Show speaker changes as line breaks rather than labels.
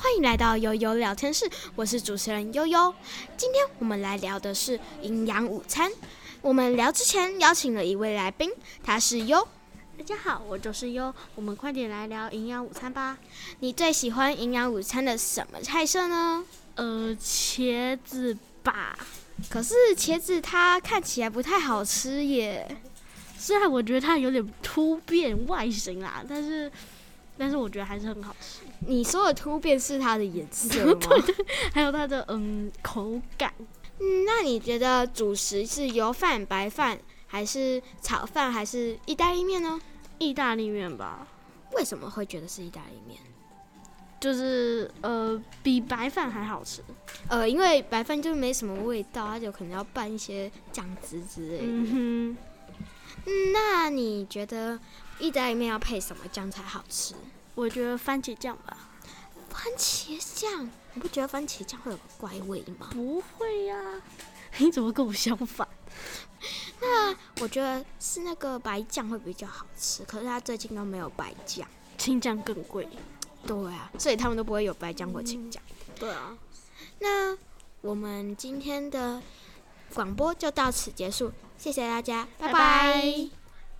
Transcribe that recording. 欢迎来到悠悠聊天室，我是主持人悠悠。今天我们来聊的是营养午餐。我们聊之前邀请了一位来宾，他是优。
大家好，我就是优，我们快点来聊营养午餐吧。
你最喜欢营养午餐的什么菜色呢？
呃，茄子吧，
可是茄子它看起来不太好吃耶。
虽然我觉得它有点突变外形啦，但是但是我觉得还是很好吃。
你说的突变是它的颜色吗？
还有它的嗯口感，
嗯，那你觉得主食是油饭、白饭，还是炒饭，还是意大利面呢？
意大利面吧，
为什么会觉得是意大利面？
就是呃比白饭还好吃。
呃，因为白饭就没什么味道，它就可能要拌一些酱汁之类的。
嗯哼，
嗯，那你觉得意大利面要配什么酱才好吃？
我觉得番茄酱吧。
番茄酱，你不觉得番茄酱会有个怪味吗？
不会呀、 你怎么跟我相反？
我觉得是那个白酱会比较好吃，可是它最近都没有白酱。
青酱更贵。
对啊，所以他们都不会有白酱或青酱。
对啊，
那我们今天的广播就到此结束，谢谢大家，拜拜
拜拜